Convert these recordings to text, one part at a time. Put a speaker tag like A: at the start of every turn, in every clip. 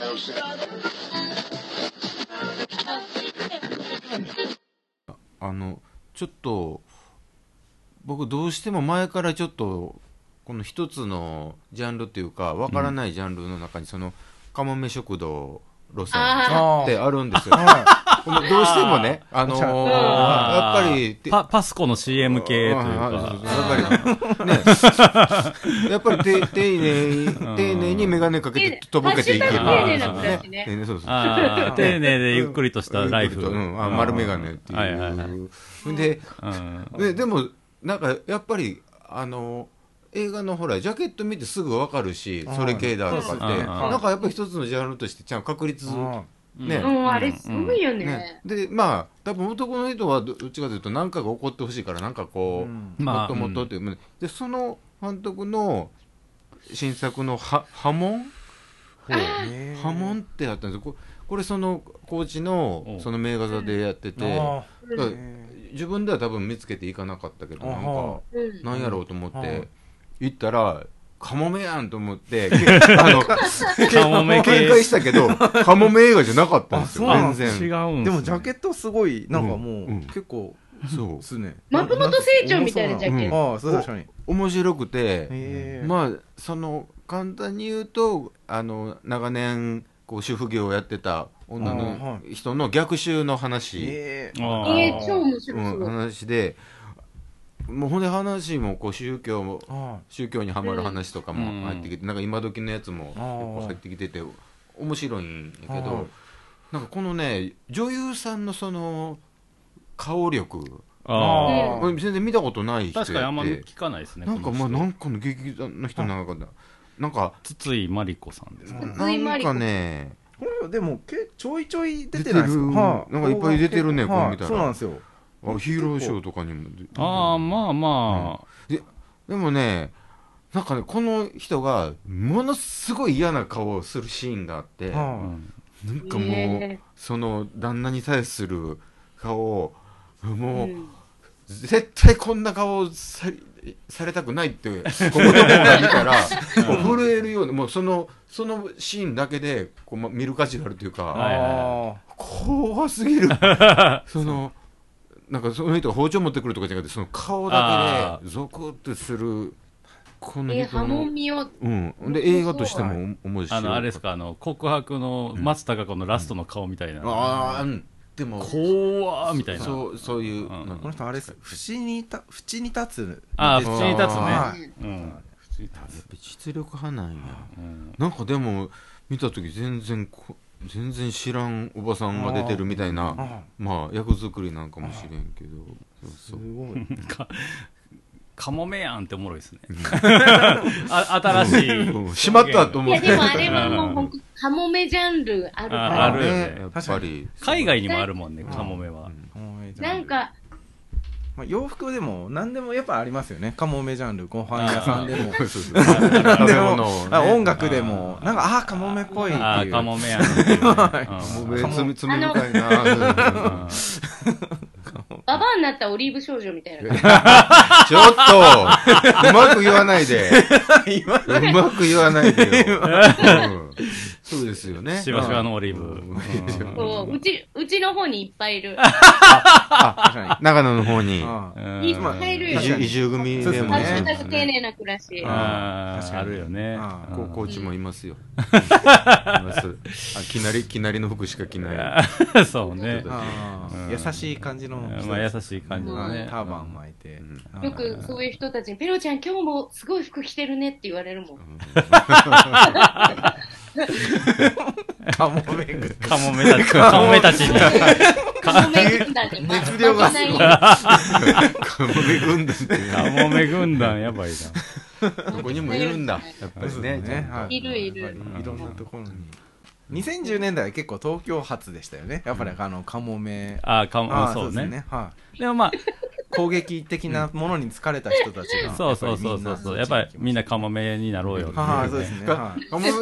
A: 顔して。
B: あのちょっと僕どうしても前からちょっとこの一つのジャンルというかわからないジャンルの中にそのカモメ食堂路線
C: あー
B: ってあるんですよ。このどうしてもね、あのーや
D: あ
B: っ
D: ー
B: ぱりて、
D: パ、パスコの CM 系というか。
B: やっぱり、ね、やっぱりて丁寧に、丁寧に眼鏡かけてとぼけていける。
D: ハッシュタグ丁寧な
A: 暮らしね
B: 丁寧そうそう。
D: ああ、丁寧 でゆっくりとしたライフ。
B: うん、あ丸眼鏡っていう。
D: はいはいはい。
B: で、
D: うん
B: ね、でもなんかやっぱりあの映画のほらジャケット見てすぐわかるしそれ系だとかって
D: そうそうそう
B: なんかやっぱり一つのジャンルとしてちゃんと確立ね、
A: うん、あれすごいよ
B: ね
A: ね。
B: でまあ多分男の人はどどっちかというと何かが起こってほしいからなんかこう、
D: うん
B: もっともっとっていう、でその監督の新作のは波紋波紋ってあったんですよここれその高知の
D: お
B: その名画座でやってて
C: あ
B: だから自分では多分見つけていかなかったけどなんか。
A: うん。
B: なんやろうと思って、
C: うん
B: 行ったら、カモメやんと思 って、けあの、
D: カモメ系
B: 警戒したけど、カモメ映画じゃなかったんですよ、
C: あそうな
B: 全
C: ん
D: 違うんすね
B: 然。
C: でもジャケットすごいなんかもう、
B: うんうん
C: 結構
B: そう
C: ですね
A: 松本清張みたいなジャケッ
B: ト
C: ああそう確かに
B: 面白くて、
C: へえ
B: まあ、その、簡単に言うと、あの、長年、こう、主婦業をやってた女の人の逆襲の話、
C: へえ
D: あ
A: ト。
D: ー
A: ええ、超面
B: う
A: 白そ
B: ん、
A: う。
B: 話で、もうほんで話も、こう、宗教も、
C: あ
B: 宗教にはまる話とかも入ってきて、なんか今時のやつも
C: あー
B: 結構入ってきてて面白いんやけ
C: は
B: ど
C: い
B: なんかこのね女優さんのその顔力
D: あー
C: あ
B: これ全然見たことない人やって
D: 確かにあんまり聞かないですね。
B: なんか
D: この
B: まあな
D: 人
B: んかの劇団の人なんかななんか
D: 筒井真理子さんですか
C: うん
B: なんかね
C: これでもけちょいちょい出てないで
B: 出て
C: すか
B: る
C: は
B: なんかいっぱい出てるね
C: はい
B: こう見たら
C: そうなんですよ
B: あヒーローショーとかにも
D: ああ、まあま
B: でもねなんかねこの人がものすごい嫌な顔をするシーンがあって。
D: あ。
C: は
B: なんかもう、
A: ねえ
B: その旦那に対する顔を
A: う
B: もう、
A: ん
B: 絶対こんな顔をさされたくないってこの子が見 たらもう震えるようなもうそのそのシーンだけでこう、ま、見る価値があるというか、
C: あ
D: はい
C: あ
B: 怖す ぎるそのなんかその人が包丁持ってくるとかじゃなくてその顔だ
D: あ
B: けでゾクッとするこの
A: ええ、
B: 人
A: 波
B: の
A: 紋。見よう。
B: うん、で映画としても面白い
D: あの、あれですか、あの、告白の松たか子のラストの顔みたいな。
B: あーうんでも
D: 怖ーみたいな。
B: そうそういう、
D: うん
B: なん
C: この人あれです縁にた縁に立つ
D: ああ、口に立つ
C: は
D: ね。うん。口に立つ。
B: 実力派なんや
D: うん
B: なんかでも見た時全然こ全然知らんおばさんが出てるみたいな
C: あ
B: まあ役作りなんかもしれんけど
C: す
B: そうそう
C: ごい
D: かカモメやんっておもろいですね。 あ新しい。
B: うんしまったと
A: い
B: 思っ
A: や、
B: て
A: でもあれはもう本当、カモメジャンルあるか
D: あ
A: ら。
D: るよね
B: やっぱり
D: 海外にもあるもんね、カモメは。
A: なんか、
C: まあ洋服でも何でもやっぱありますよねカモメジャンルご飯屋さんでも
B: そうそうそう食べ物をね
C: あ音楽でもなんかああーカモメっぽいって
D: ああ、
C: いう
D: カモメやんって いうね。
B: もう
D: うん
B: 別に罪深いな
A: ババアになったオリーブ少女みたいな感 じ。
B: ちょっとうまく言わない でうまく言わないで よ、うんそうですよね
D: しわしわのオリーブ。
B: うん
A: そう、うち、うちの方にいっぱいいる。
C: 確か
B: 長野の方に
C: にあ
D: うん
A: いっぱいいる
B: 移
A: よ。
C: 確か
B: 住
C: に
B: 移住組
C: そう
B: で
C: そう
B: も
A: ハッシュタ
B: ね
A: グ丁寧な暮らし。
C: あ
D: あ
C: 確
D: ー
C: かに
D: あるよね。
C: あー
B: こうコ
D: う
B: ーチもいますよ。います。あ、きなり、きなりの服しか着ない。
D: ん。そうね。
C: あー優しい感じの
D: まあ優しい感じ
C: は
D: の
C: い
D: ね。
C: ターバン巻いて
B: ん
C: あー
A: よくそういう人たちに、ペロちゃん今日もすごい服着てるねって言われるもん。
C: カモメが
D: カモメたち、カモメたちに。
A: カモメ 軍団に負
C: 熱量がすごい
A: 負けない
B: カモメ軍団って
D: カ
B: ね、
D: モメ軍団やばい
B: どこにもいるんだ。やっぱりね。
C: はい
A: いるいる
C: やっぱりいろんなところに2010年代は結構東京発でしたよねやっぱりあのカモメ
D: な。ああ、カ
C: あ
D: モ、
C: ー
D: そう
C: です
D: ね。
C: はい
D: でもまあ、
C: 攻撃的なものに疲れた人たちが。
D: そうそうそうそうそう。やっぱりみん
C: な。
D: なカモメになろうよってい
C: はい、そう
D: う
C: で
D: ね。
C: すね。
B: か
C: はい
B: カモメ軍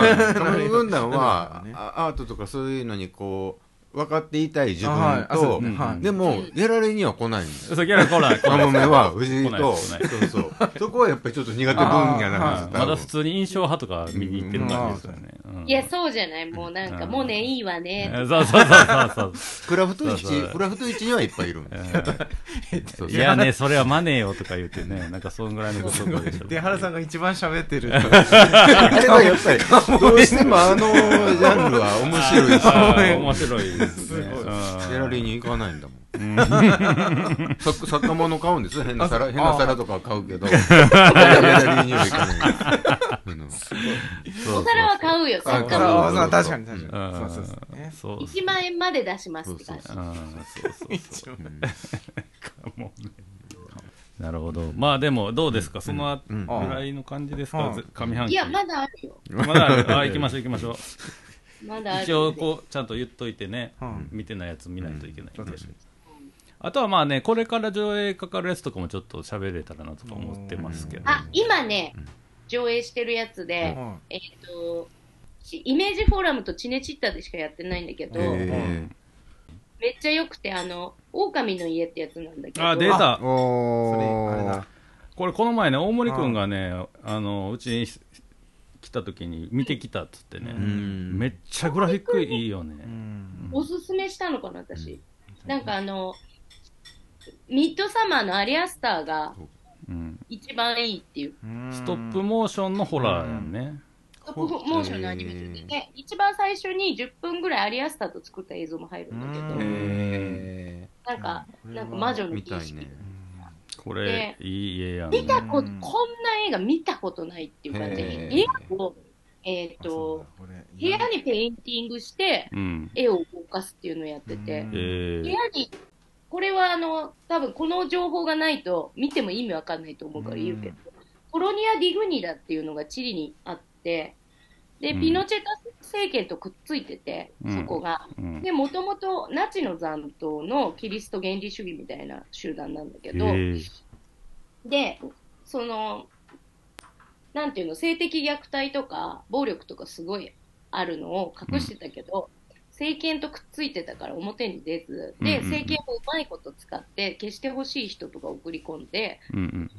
B: 団、カモメ軍団
C: なるほ
B: は
C: どね、
B: あアートとかそういうのにこう、分かっていたい自分と、
C: はいあそうですねはい
B: でもやられには来ないんです
D: そうギャラ来ない来
B: カ
D: ない
B: モメは藤井
D: 来ない
B: と
D: です
B: そ
D: 来ないう
B: そうそこはやっぱりちょっと苦手分野なん
D: は
B: で
D: い
B: す
D: ま
B: 多分
D: だ普通に印象派とか見に行ってる感じですよね。うん
A: いや、そうじゃない。もうなんか、
D: うん
A: モネいいわね。
D: そうそうそうそうそ
B: クラフト
D: そう
B: 市
D: そう。
B: クラフト市にはいっぱいいるんですそうう
D: いやね、それはマネーよとか言ってね、なんかそんぐらいのことでしょ
C: 出原さんが一番喋ってる
B: あれはやっぱりどうしてもあのジャンルは面白いし
D: あー面白いですね。
C: ごい
D: うん
B: ギャラリーに行かないんだもん。作作家物買うんですよ変な皿変な皿とかは買うけど、ギャラリーには行かないんです。
A: お皿は買うよ、
B: あ
A: 作
C: そう
B: 買う
A: 家も。
C: そう確かに確かに、
D: うん
C: そうそうそうね
D: そう。
A: 1万円まで出しますって感じ。
D: うんそうそうそう。
B: あの
D: もうねなるほど。まあでも、どうですかその
B: うん
D: ぐらいの感じですか
C: うん
D: 上半期。
A: いや、まだあるよ。
D: まだあるあ、行きましょう行きましょう。
A: まだある。
D: 一応、こう、ちゃんと言っといてね。
C: うん
D: 見てないやつ見ないといけないんで、
C: うん
D: あとはまあねこれから上映かかるやつとかもちょっと喋れたらなとか思ってますけど
A: あ、今ね、上映してるやつで、
C: うん
A: えっ、と、しイメージフォーラムとチネチッタでしかやってないんだけど、
B: え
A: めっちゃ良くて、あの、狼の家ってやつなんだけど、
D: あ出
B: ー
D: た
B: お
C: それあれだ
B: ー
D: これこの前ね大森君がねあのうちに来た時に見てきたっつってね、
B: うん
D: めっちゃグラフィックいいよね、
C: うん
A: おすすめしたのかな、私。なんかあの、ミッドサマーのアリアスターが
D: うん
A: 一番いいっていう、
D: ストップモーションのホラーやんね、
A: ストップモーションのアニメーションで、ね、一番最初に10分ぐらいアリアスターと作った映像も入るんだけど、
C: うん
B: え
A: なんか、
C: うん
A: なんか魔女
B: ー
A: の
B: み
A: 儀
B: たい
A: 式
B: ね。
D: これいい家やんね
A: 見たこ
C: う
A: と、
C: ん
A: こんな映画見たことないっていう感じ
B: へー
A: で、部屋を、えっ、と、部屋にペインティングして、
D: うん
A: 絵を動かすっていうのをやってて、
C: うん
D: え
A: 部
D: ー
A: 屋に、これはあの、多分この情報がないと、見ても意味わかんないと思うから言うけど、コロニア・ディグニダっていうのがチリにあって、で、
D: うん
A: ピノチェタ政権とくっついてて、
D: うん
A: そこが。
D: うん
A: で、もともとナチの残党のキリスト原理主義みたいな集団なんだけ
D: え
A: ど、
D: ー
A: で、その、なんていうの、性的虐待とか暴力とかすごいあるのを隠してたけど、政権とくっついてたから表に出ず、
D: うんうん
A: で、
D: うん
A: 政権をうまいこと使って、消してほしい人とか送り込んで、
D: うんうん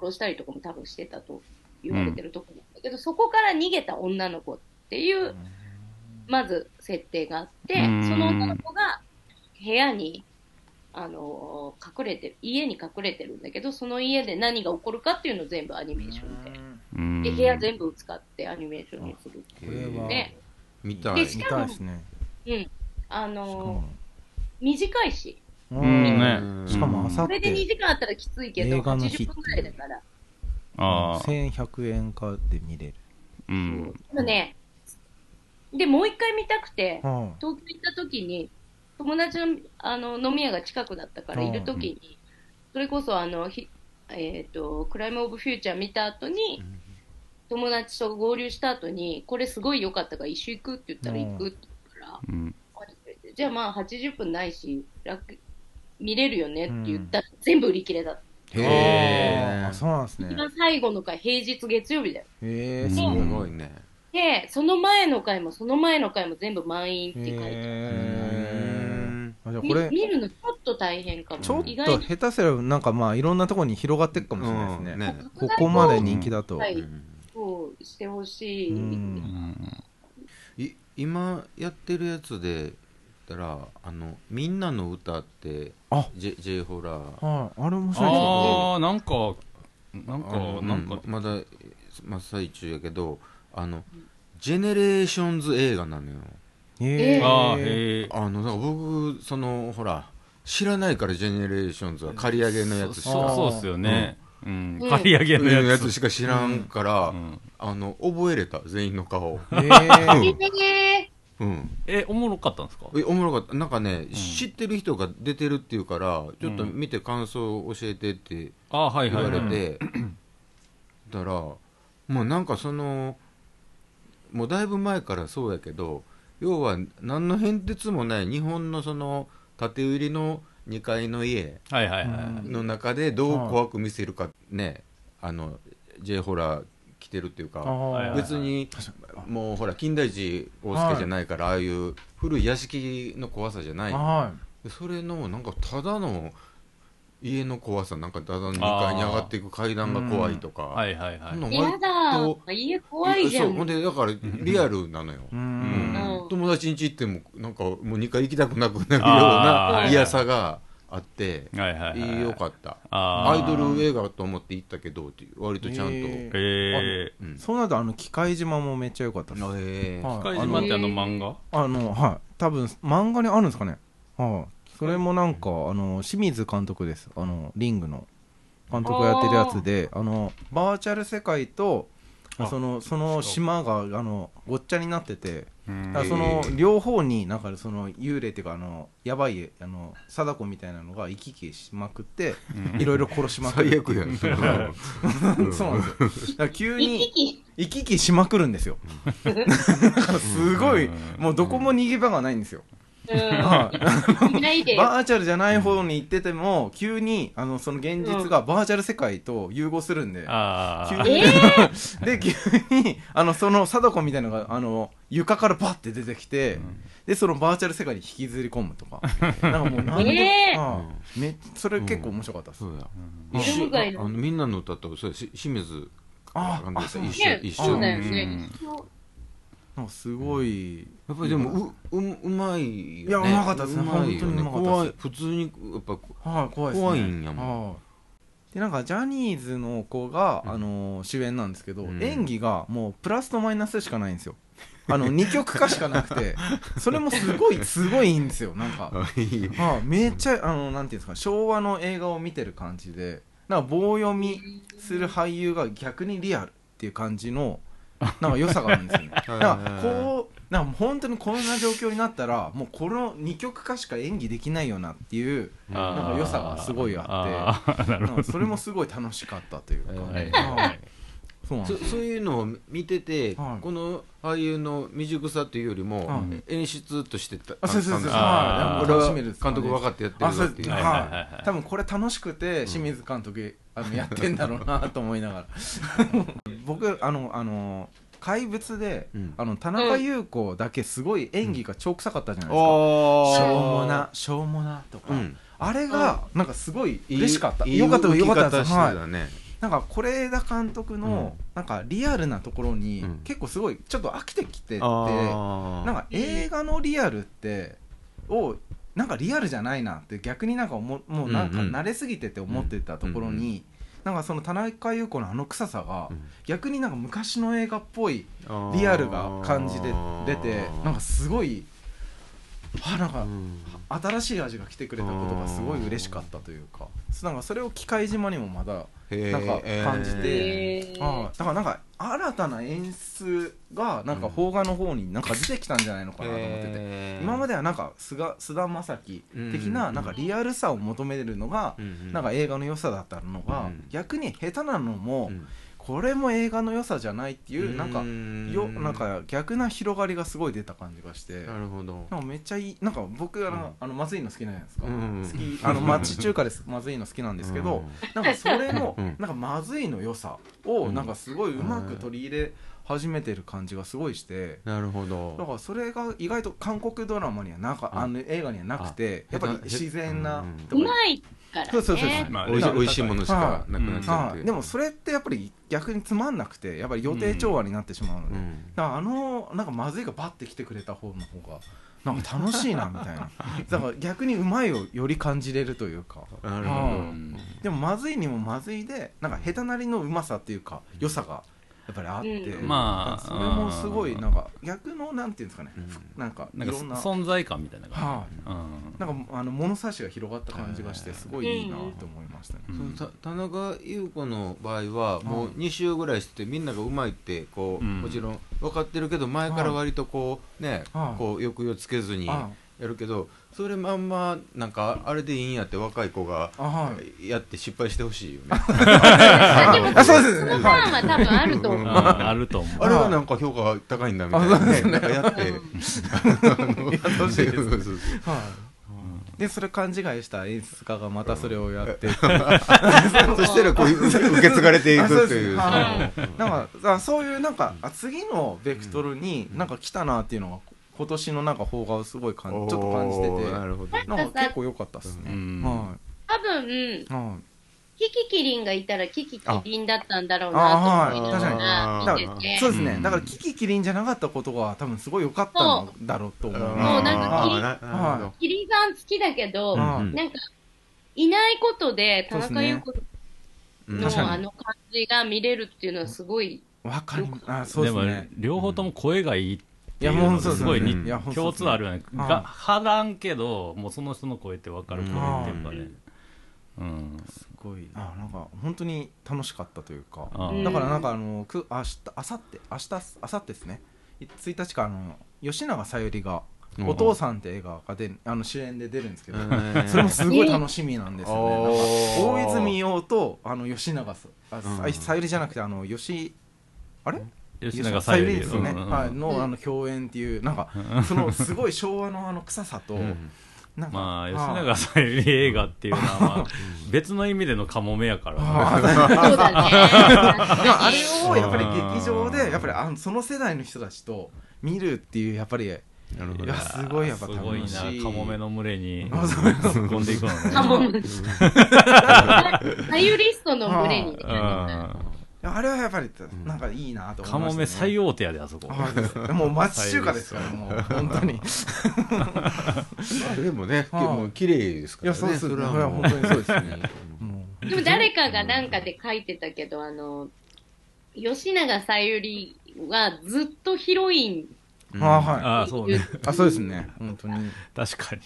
A: 殺したりとかも多分してたと言われてるところなんだけど、そこから逃げた女の子っていう、まず設定があって、
D: うん
A: その女の子が部屋に、あのー隠れてる、家に隠れてるんだけど、その家で何が起こるかっていうのを全部アニメーションで。
D: うん
A: で、部屋全部を使ってアニメーションにする。
C: これは
A: ね
B: 見た
A: で
B: い。
A: し
C: 見
A: かも
C: たいですね
A: うん。あ
C: しか
A: のー
C: も
A: 短いし、
C: う
D: うん
C: ん
D: ね
B: うん
C: しかもあさ
A: こ
C: っ
A: れで2
C: て
A: 時間あったらきついけど、
C: 映画の日
A: 80分くらいだから。
D: ああ
C: 1100円かで見れる
D: うん
A: でもね、で、もう一回見たくて、
C: うん
A: 東京行った時に、友達のあの飲み屋が近くだったから、
C: うん
A: いる時に、それこそあの、ひえっ、と、クライム・オブ・フューチャー見た後に、友達と合流した後に、これすごい良かったから一緒行くって言ったら行くって言うから、
D: うん
A: じゃあまあ80分ないし、楽、見れるよねって言ったら、全部売り切れだった。
B: へ
C: あ
B: ー
C: ーそうなんです
A: 一
C: ね
A: 番最後の回、平日月曜日だよ。
C: へえ
D: うん
C: す
B: す
C: ごい
B: ごいね。
A: で、その前の回もその前の回も全部満員って書いてある
B: う
C: へえじゃあ
A: み
C: これ
A: 見るのちょっと大変かも。
C: ちょっ
A: 意
C: と
A: 外に
C: 下手すればなんかまあいろんなところに広がっていくかもしれないです
B: ん
C: ね
B: ね。
C: ここまで人気だと
A: は
B: う
A: い
B: ん
A: そうしてほしい。
C: うん
D: うん
B: い今やってるやつで言ったらあの「みんなの歌って
C: あ
B: J, J ホラー
C: はいあれ面白いですね
D: ああなんかなんか
B: あの
D: なんか
B: うんまだ真っ最中やけどあのジェネレーションズ映画なのよ
C: へえ
D: あーへえ
B: あのだから僕そのほら知らないからジェネレーションズは借り上げのやつし
D: そ
B: か
D: うそうっすよねうん
A: うん
D: 刈り上げの
B: うん
D: や
B: や
D: つ
B: つしか知らんから、
D: うん
B: あの覚えれた全員の 顔、
C: へえ
A: え
B: うん、
D: えおもろかったんですか
B: えおもろかったなんかね、知ってる人が出てるっていうからちょっと
D: うん
B: 見て感想を教えてって
D: ああはい
B: 言
D: はい
B: わ
D: は
B: れ
D: い
B: て、だからもうなんかそのもうだいぶ前からそうやけど要は何の変哲もない日本のその縦売りの2階の家
D: はいはいはい
C: うん
B: の中でどう怖く見せるかねあの J ホラー来てるっていう か、
D: はいはい
B: 別にもうほら金田一大助じゃないから、ああいう古い屋敷の怖さじゃない
C: は
B: それのなんかただの家の怖さなんかただの2階に上がっていく階段が怖いとか、
D: はいはい
B: そんな
D: は
B: ん
D: い。
A: や
B: 割
A: だ
B: と
A: ー家怖いじゃ
B: そうんほんでだからリアルなのよ、
C: い。
B: う
C: う
B: ん
A: うん
B: 友達ん家行ってもなんかもう2回行きたくなくなるよう
D: あー
A: はい
B: な
A: はい
B: 嫌さがあって、
D: はいはいはい。
B: よかった
D: あ
B: ア
D: ー
B: イドル映画と思って行ったけどっていう割とちゃんと、
C: へー
D: え
B: うん
C: そうなるとあの機械島もめっちゃ良かったです。はい
B: えー
D: ー。深島ってあの漫画
C: あのはい多分漫画にあるんですかねはいそれもなんかあの清水監督ですあのリングの監督がやってるやつであのバーチャル世界と
D: あ
C: そのその島があのごっちゃになっててだから
B: え
C: その両方になんかその幽霊っていうかあのやばいあの貞子みたいなのが行き来しまくっていろいろ殺しまくる
B: 最悪やん
C: うん そうなんですよだから急
A: 一
C: に
A: 匹
C: 行き来しまくるんですよだから すごい
D: うん
C: もうどこも逃げ場がないんですよ
A: うん
C: はい
A: いないで
C: バーチャルじゃない方に行ってても、急にあのその現実がバーチャル世界と融合するんで、
D: あ
C: 急
D: あ。
C: に、で急にあのその貞子みたいなのがあの床からバッて出てきて、でそのバーチャル世界に引きずり込む とかなんかもうなんで、
A: えー
C: ああめそれ結構面白かったです、
B: そうや
A: ん
B: 一
A: ゲーム外
B: 緒
A: の
B: あのみんなの歌とそうやし清水
C: あ
B: 監
C: あ
B: 督
C: そ
B: と
C: う
B: 一緒
A: ね
B: 一
A: そう
B: 緒
A: だよ
B: や
A: ね、
C: なんかすごい、
B: っぱりでもうううまいよね
C: いやうまかったですね
B: うまいよ
C: 本当にうまかったです
B: 怖い普通にやっぱ
C: はい怖いですね
B: 怖いんやもん
C: はいでなんかジャニーズの子が、あのー主演なんですけど、
B: うん
C: 演技がもうプラスとマイナスしかないんですよあの2曲かしかなく てそれもすごいすごいいいんですよなんか、は
B: いい
C: いめっちゃあのなんていうんですか昭和の映画を見てる感じでなんか棒読みする俳優が逆にリアルっていう感じのなんか良さがあるんですよね
B: へー
C: なんかこうなんか本当にこんな状況になったらもうこの2曲かしか演技できないよなっていう
D: あー
C: なんか良さがすごいあ
D: あー なるほ
C: うんそれもすごい楽しかったというか、
B: え
D: ど。はい
C: あー
D: はいはい
C: そうなん
B: そ
C: です
B: そういうのを見てて、
C: はい
B: この俳優の未熟さというよりも、
C: は
B: 演出としてた
C: あそうそうそうそう
D: あー
B: 俺は
C: 楽しめる
B: 監督分かってやってる
C: あそ
B: わ
C: う
B: ってい
C: です
B: う
C: はい
D: はいはいはい
C: 多分これ楽しくて清水監督あのやってんだろうなと思いな がら僕あのあの怪物で、
B: うん
C: あの田中優子だけすごい演技が超臭かったじゃないですか、
B: お
C: しょうもなしょうもなとか、
B: うん
C: あれがなんかすごい
B: いい
C: 嬉しかった
B: いい
C: よかった
B: 動き
C: よかった
B: 方
C: で
B: し
C: す
B: て
C: はい
B: たね、
C: なんか是枝監督の、
B: う
C: なんかリアルなところに、
B: うん
C: 結構すごいちょっと飽きてきてて
B: あー
C: なんか映画のリアルってをなんかリアルじゃないなって逆になんか思もうなんか
B: うんうん
C: 慣れすぎてて思ってたところに、
B: うんうん
C: なんかその田中優子のあの臭さが、
B: うん
C: 逆になんか昔の映画っぽいリアルが感じで出てなんかすごいあなんか
B: うん
C: 新しい味が来てくれたことがすごい嬉しかったというかなんかそれを機械島にもまだ
B: へー
C: なんか感じて
A: えー
C: ああだからなんか新たな演出がなんか邦画の方になんか出てきたんじゃないのかなと思ってて、
B: へー
C: 今まではなんか菅菅田将暉的な
B: うん
C: なんかリアルさを求めるのが
B: う、ん
C: なんか映画の良さだったのが、
B: うん
C: 逆に下手なのも、
B: うん
C: これも映画の良さじゃないっていう、なんかよなんか逆な広がりがすごい出た感じがして。
B: なるほど
C: なんかめっちゃいいなんか僕あの、
B: うん
C: あのまずいの好きなんですか、
B: うん
C: 好きあの町中華ですまずいの好きなんですけ
B: う
C: ど、
B: ん
C: なんかそれの、
B: うん
C: なんかまずいの良さを
B: うん
C: なんかすごいうまく取り入れ始めてる感じがすごいして、
B: なるほ
C: だ
B: ど
C: からそれが意外と韓国ドラマにはなんか、
B: うん
C: あの映画にはなくて
B: あ
C: やっぱ
B: へ
C: り
B: た
C: 自然な
B: うん
C: と
A: う
C: こ
A: まいからね
C: そうそうそうそう
D: まあ
B: おいし
C: なんか
B: おいしいものしかなくなっちゃっ
C: は
B: て
C: いでもそれってやっぱり逆につまんなくてやっぱり予定調和になってしまうので、
B: うん
C: だからあのなんかまずいがバッて来てくれた方の方がなんか楽しいなみたいなだから逆にうまいをより感じれるというか
B: なるほ
C: う
B: ど
C: んでもまずいにもまずいでなんか下手なりのうまさっていうか良さがやっぱりあって、
A: うん
D: まあ
C: それもすごいなんか逆のなんていうんですかね、
B: うん
C: ふなんかい
D: なんか
C: ろんな
D: 存在感みたいな感
C: はい
D: じ。うん
C: なんかあの物差しが広がった感じがしてすごいいいなと思いましたね、
D: う
B: その
D: ん
B: た田中優子の場合はもう2週ぐらいしててみんながうまいってこう、
D: うん
B: もちろん分かってるけど前から割とこうね、
C: はい
B: こう抑揚つけずにや
C: あ
B: るけどそれまんまなんかあれでいいんやって若い子が
C: あはい
B: やって失敗してほしいよね
A: あでも
C: あそうです
A: そ
C: ね
A: のファンは多分あると
D: う
A: 思
D: ん
A: う。
D: あると思う。
B: あれはなんか評価が高いんだみたいなねなんかやって
A: うん
B: そうそうそう
C: はいでそれ勘違いした演出家がまたそれをやって
B: そしたらこう受け継がれていく
C: あそう
B: と
C: です
B: いう
C: はいなんかあそういうなんかあ次のベクトルになんか来たなっていうのが今年のなんか方がすごい感じちょっと感じて
B: おー
C: て
B: なるほど
C: なんか結構良かったです
D: う
C: ね、
D: ん
C: は
A: 多分
C: い、はい、
A: キキキリンがいたらキキキリンだったんだろう
C: あ
A: なと思いな
B: あ
A: が
B: ー
A: ら
B: はい
A: 見
B: 確かに
A: てて
C: そうですね、
D: うん
C: だからキキキリンじゃなかったことが多分すごい良かったんだろうと思います
A: もうなん
B: あ
A: かキリ
B: ーななるほど
A: キリンさん好きだけど、
C: うん
B: うん
A: なんかいないことで田
C: そうです
A: 中
C: ね
A: 優子
B: うん
A: の
C: 確かに
A: あの感じが見れるっていうのはすごい、
C: わかりますあ そうで
D: ですも
C: ね
D: 両方とも声がいいって
C: い
D: い
C: や
D: う
C: も
D: の
C: うそう
D: が
C: ですす
D: ごい
B: ね
D: に
B: うん
C: いや本当
D: 共通のあるよね
C: うん
D: がはらんけどもうその人の声って分かる声ってやっぱねうん
B: すごい
C: あなんか本当に楽しかったというか
D: あ
A: うん
D: ー
C: だからなんかあのく明日明後日明日明後日ですね1日からあの吉永小百合が「お父さん」って映画が出るあの主演で出るんですけど、 それもすごい楽しみなんですよ ねなんか
B: おー
C: 大泉洋とあの吉永さあ
B: うん
C: あさゆりじゃなくてあの吉あれ
D: 吉永小百合
C: ですよね、
D: うんうん
C: はい、のあの共演っていうなん かそのすごい昭和のあの臭さと、なんか
D: まあ
C: はい
D: 吉永小百合映画っていうのはまあ別の意味でのカモメやから
C: はい
A: そうだね。
C: でもあれをやっぱり劇場でやっぱりあのその世代の人たちと見るっていうやっぱりいや
B: なるほど
C: すごいやっぱ
D: すご
C: 楽
D: いな
C: しい
D: カモメの群れに
C: あそう
D: 突っ込んでいくのね
A: カモメ。サユリストの群れにね。
D: うん
C: あれはやっぱり
B: ん
C: なんかいいなと思
D: カ
C: いま
D: モ
C: した、
D: メ
C: ね、
D: 最大手やであそこ
C: あそうですもう町中華ですからもう本当にい
B: でもね、
C: はい
B: もう綺麗ですから
C: や
B: ね。
C: そうですね
B: れは
C: これは
B: もう
C: 本当にそうですねもう
A: でも誰かがなんかで書いてたけど、あの、吉永小百合はずっとヒロイン。
B: うん
C: あはい
D: ああそうね
C: あそうですね本当に
D: 確かに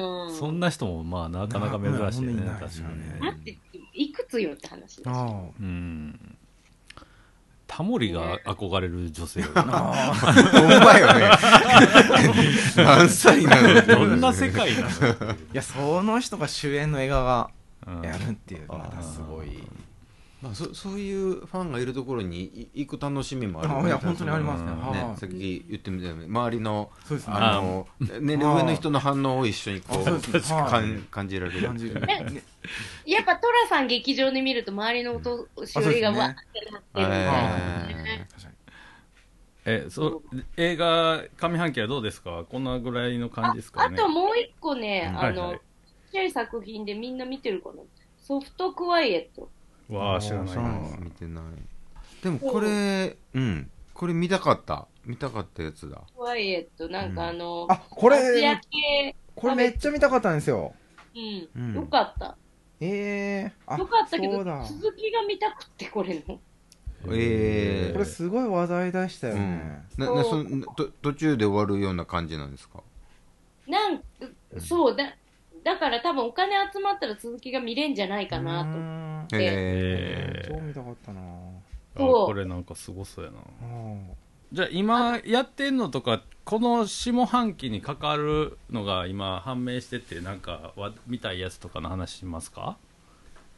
A: うん
D: そんな人もまあなかなか珍しいよね
C: な
D: 確かに
A: だっ
D: ね
A: て、いくつよって話だし。
C: あ
D: うんタモリが憧れる女 性
C: あああ
B: ほんまよね。 何歳なの
D: どんな世界なの
C: いやその人が主演の映画が
D: うん
C: やるっていうのが
B: あー
C: またすごい
B: まあ、そそういうファンがいるところにい行く楽しみもあるよ
C: あいや本当にありますね
D: うん
C: は
B: ね、
C: い
B: さっき言ってみたように周りの
C: そうですね
B: あの年齢上の人の反応を一緒にこ
C: あ
B: う
C: そうですね
B: か
C: はい
B: ん感じられる
C: 感じるね
A: やっぱトラさん劇場で見ると周りのお年寄りが
C: うん
A: わー
C: あ
A: ってなって
B: え
A: るんだよ
B: ー
C: 確かに
D: えそ映画上半期はどうですかこんなぐらいの感じですか
A: あ
D: ね
A: ともう一個ね、
B: うん
A: あの、
D: はいはい
A: ちっちゃい作品でみんな見てるかな。ソフトクワイエット。
D: わあ知ら
C: あ
D: な
C: ー
D: い
C: そう
D: な
C: なんです
B: 見てないでもこれうんこれ見たかった見たかったやつだ
A: クワイエット、なん
B: うん
A: かあの、
C: あこ
A: アジア
C: れ
A: 系、
C: これめっちゃ見たかったんですよ
A: う
B: うん
A: ん、よかった。
C: ええあ
A: よかったけ
C: そ
A: ど
C: うだ、
A: 続きが見たくって、これの。
B: えー
C: これすごい話題でしたよね
B: うん、ななそんと途中で終わるような感じなんですか
A: なんそうだ、だから多分お金集まったら続きが見れんじゃないかなと。
C: な
A: え
D: え
C: 超見たかったなあ
D: ー、あ
A: そう
D: これなんかすごそうやな
C: ー
D: じゃあ今やってんのとかこの下半期に関わるのが今判明しててなんかわ見たいやつとかの話しますか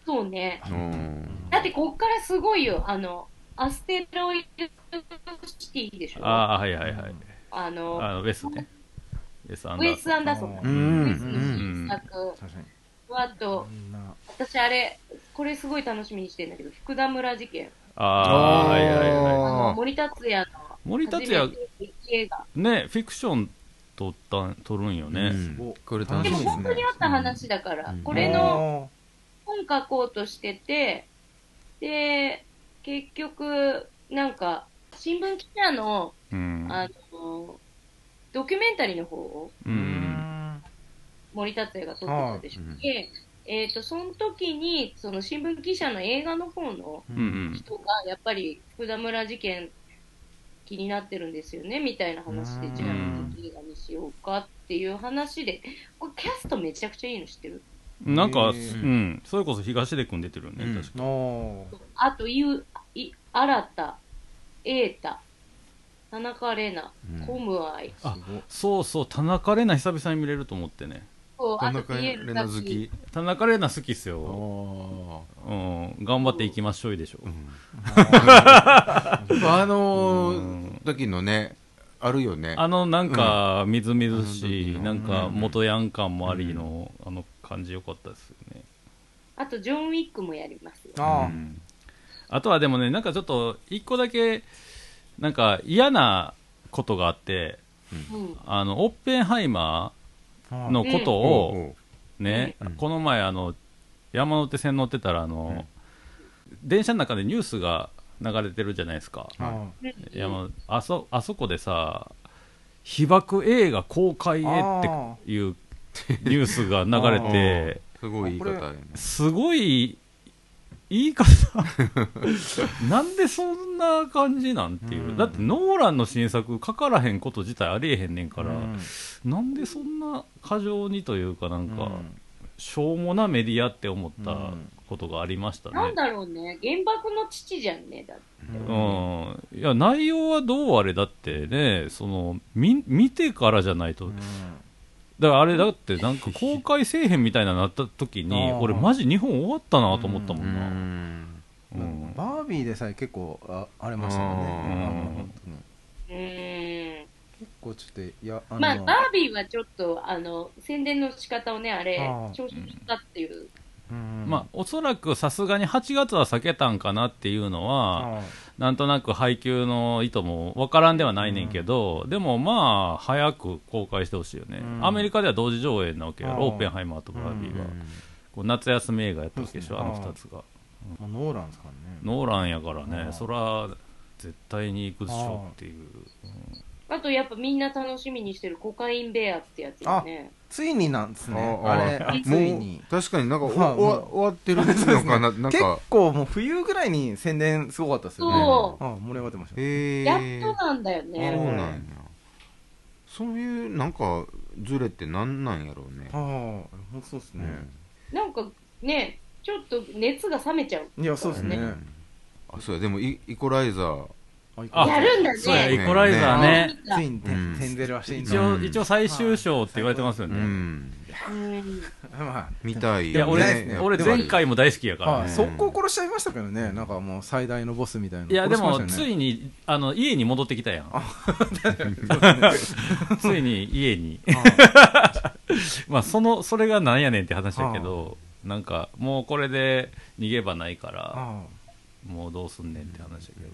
A: そうね。
B: うん
A: だってこっからすごいよ、あの、アステロイドシティでしょあ
D: ああはいはいはい
A: の、
D: あウェスねウェスアン
A: ウ
D: ダ
A: エ
D: ー
A: ス・アンダーソンの
C: あ
B: う
C: ーうん
B: ん
A: 新作。
C: 確かに
A: あ、
C: ことんな
A: 私あれ、これすごい楽しみにしてるんだけど、福田村事件。
D: ああーはいはいは
A: あ
B: あ
A: の
B: ー
A: 森達也の
D: 森達也
A: 初めて劇映画
D: いねフィクション撮ったん撮るんよね、
B: うん
C: すごい
B: これ楽
A: で
B: しみ
A: も
B: です
A: 本当にあった話だから、
B: うん
A: これの本書こうとしててで結局なんか新聞記者の
D: うん
A: あのドキュメンタリーの方を
D: う
C: うんん
A: 森達也が撮ってたでしょ、
B: はい
A: でえー、とその時にその新聞記者の映画の方の
D: うんうん
A: 人がやっぱり福田村事件気になってるんですよねみたいな話で
C: うん
A: じゃあ映画にしようかっていう話でこれキャストめちゃくちゃいいの知ってる
D: なんか、
C: へ
D: う
C: ー
D: ん、それこそ東出君出てるよね、
B: うん
D: 確か
C: お
A: あとゆい新田瑛太田中玲奈
B: うん
A: コムアイ
C: ー
D: あ
C: すごい
D: そうそう田中玲奈久々に見れると思ってね
A: そう
B: 田
A: あと
B: 中
A: ピ
B: 玲
A: エール
B: 奈好き
D: 田中玲奈好きっす
B: あ
D: よ、
B: ー
D: うん、頑張っていきましょういでしょ
B: うんあのー時のねあるよね
D: あのなんかみずみずしい、
B: うん
D: なんか元ヤン感もありの、あの感じ良かったですよね
A: あと、ジョン・ウィックもやりますよ。
C: あ
D: あとはでもねなんかちょっと一個だけなんか嫌なことがあって
A: うん。
D: あのオッペンハイマ
C: あ
D: ーのことを、
B: おう
D: ね、
B: うん
D: この前あの山手線乗ってたらあの、電車の中でニュースが流れてるじゃないですか、
C: ああ
D: 山あそあそこでさ被爆映画公開へ
C: あ
D: っていうニュースが流れて
B: すごい言い方や
C: あ
B: ね
D: すごい言い方 なんでそんな感じなんていう、
C: うん
D: だってノーランの新作かからへんこと自体ありえへんねんから、
C: うん
D: なんでそんな過剰にというかなんか、
C: うん
D: しょうもなメディアって思ったことがありましたね。
A: なんだろうね、原爆の父じゃんね、だって。
D: うん、いや内容はどうあれだってねその見見てからじゃないと、
C: うん
D: だからあれだってなんか公開せえへんみたいなのなった時に
C: あー
D: 俺マジ日本終わったなと思ったも
B: うん
D: な、うん
B: ん
C: バービーでさえ結構あありましたよね
B: うん
C: あの本当に
A: うーん。
C: 結構ちょっといやあ
A: まあ、バービーはちょっと、あの、宣伝の仕方をね、あれ
C: ああ、
A: 調子したっていう。
C: うん
D: まあ、おそらくさすがに8月は避けたんかなっていうのは、
C: あ
D: なんとなく配給の意図もわからんではないねんけど、でもまあ早く公開してほしいよね、
C: うん
D: アメリカでは同時上映なわけやろ
C: あー
D: オーペンハイマーとバービーは、
B: うん
D: こう夏休み映画やったわけでしょ、
C: そう
D: あ
C: です
D: の
C: ね
D: 2つが
C: まあノーランですからね
D: ノーランやからね、
C: うん
D: そら絶対に行くでしょっていう、
A: あと、やっぱみんな楽しみにしてるコカインベアってやつよね。
C: ついになんですね
B: あ
C: あ
B: あ
C: れつい
B: も
C: に
B: う確かになんかお
C: まあ
B: おわ終わってるのかななん
C: 結
B: か
C: 構もう冬ぐらいに宣伝すごかったですよね
A: そ
C: あ盛り上がってましたね
B: へ
A: う。
B: え
A: やっとなんだよ
B: そう
A: ね。
B: なんやそういうなんかズレってなんなんやろうね
C: ああ本当そうですね
A: なんか、ね、ちょっと熱が冷めちゃう。
C: いやそうですね
B: うんあそうやでもイイコライザー
D: あ
A: やるんだ
D: そうや
A: ね。
D: イコライザーね
C: ついにテ
B: うん
C: ンテンゼルはしてん
D: 一
C: だ
D: 応、
B: うん
D: 一応最終章って言われてますよ
B: う
D: ね、
B: ん
A: うん。
C: ま
B: 見たい
D: い
B: よ
D: や
B: ね
C: 見
D: 俺,、
C: たいですね
D: 俺前回も大好きや
C: あ
D: から、ね
C: はい速攻殺しちゃいましたけどねなんかもう最大のボスみたいない
D: やでも、
C: 殺しま
D: つ
C: し
D: いにあの家に戻ってきたやん ついに家に
C: たよね
D: まあそのそれがなんやねんって話だけどなんかもうこれで逃げ場ないから
C: あ
D: もうどうすんねんって話だけど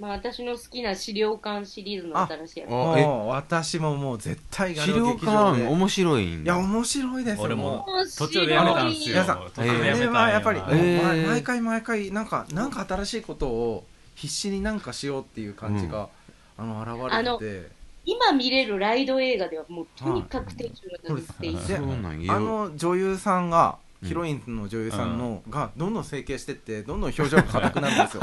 A: まあ、私の好きな資料館シリーズの新しいやつ。
C: あ
B: あえ
C: もう私ももう絶対が
B: 資料館面白いん
C: いや
B: や
C: 面白いですよ
D: 俺も
C: もう
A: 面白
D: 途
A: い
D: 中でやめたんすよ
C: 皆さん
D: 途中でやめたん
C: あれ
D: よ
C: はやっぱり、
B: えー
C: 毎毎回毎回なんかなんか新しいことを必死になんかしようっていう感じが、あの現れて
A: 今見れるライド映画ではもうとにかく手中がなくていい。
C: で
B: そうなん
C: あ
B: や
C: の女優さんが
B: うん
C: ヒロインの女優さんの、がどんどん整形してってどんどん表情が硬くなるん ですよ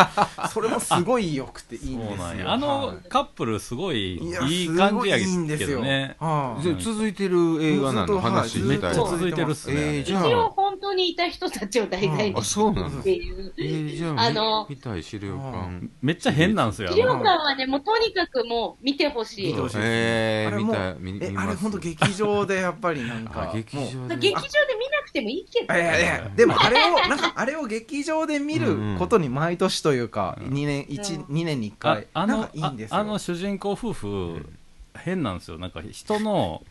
C: それもすごい良くていいん
D: そ
C: で
D: うなん
C: す
D: や
C: よ
D: あ
C: は
D: のカップルすごい
C: いや
D: いい感じや
C: すごいいいんです
D: け
C: よ
D: どね
C: はい
B: じゃあ続いてる映画な
C: ずっ
B: の
C: とはい
B: 話
C: ず
B: み
C: っと
B: たい
D: ずっ
B: な
D: と続いてるっすね、
B: えーじ
A: 一
B: ゃ
A: 応
B: あ
A: 本当にいた人たちを題材に
B: あ
A: し
B: そうなの
A: ていう。
B: えーじゃ
A: あ
B: あ
A: の
B: 見たい資料館
D: めっちゃ変なんすよ
A: 資料館はね、もうとにかくもう見てほし
C: 見
A: い
C: て。ほしいですね
B: え
C: あ
B: ー
C: れ
B: 見
C: も
B: たい見
C: え
B: 見
C: あれ
B: ます
C: 本当劇場でやっぱりなん
B: あ
C: か
B: 劇
C: もう
B: 場
A: 劇
B: で
A: 場で見なくてもいいけど
C: い。やいやいやでもあれをなんかあれを劇場で見ることに毎年というか、
D: うん
C: 2年一
A: うん
C: 二年に1
D: あ
C: 回
D: あ
C: なん
D: の
C: かいいんですよ
D: ああの主人公夫婦、変なんですよなんか人の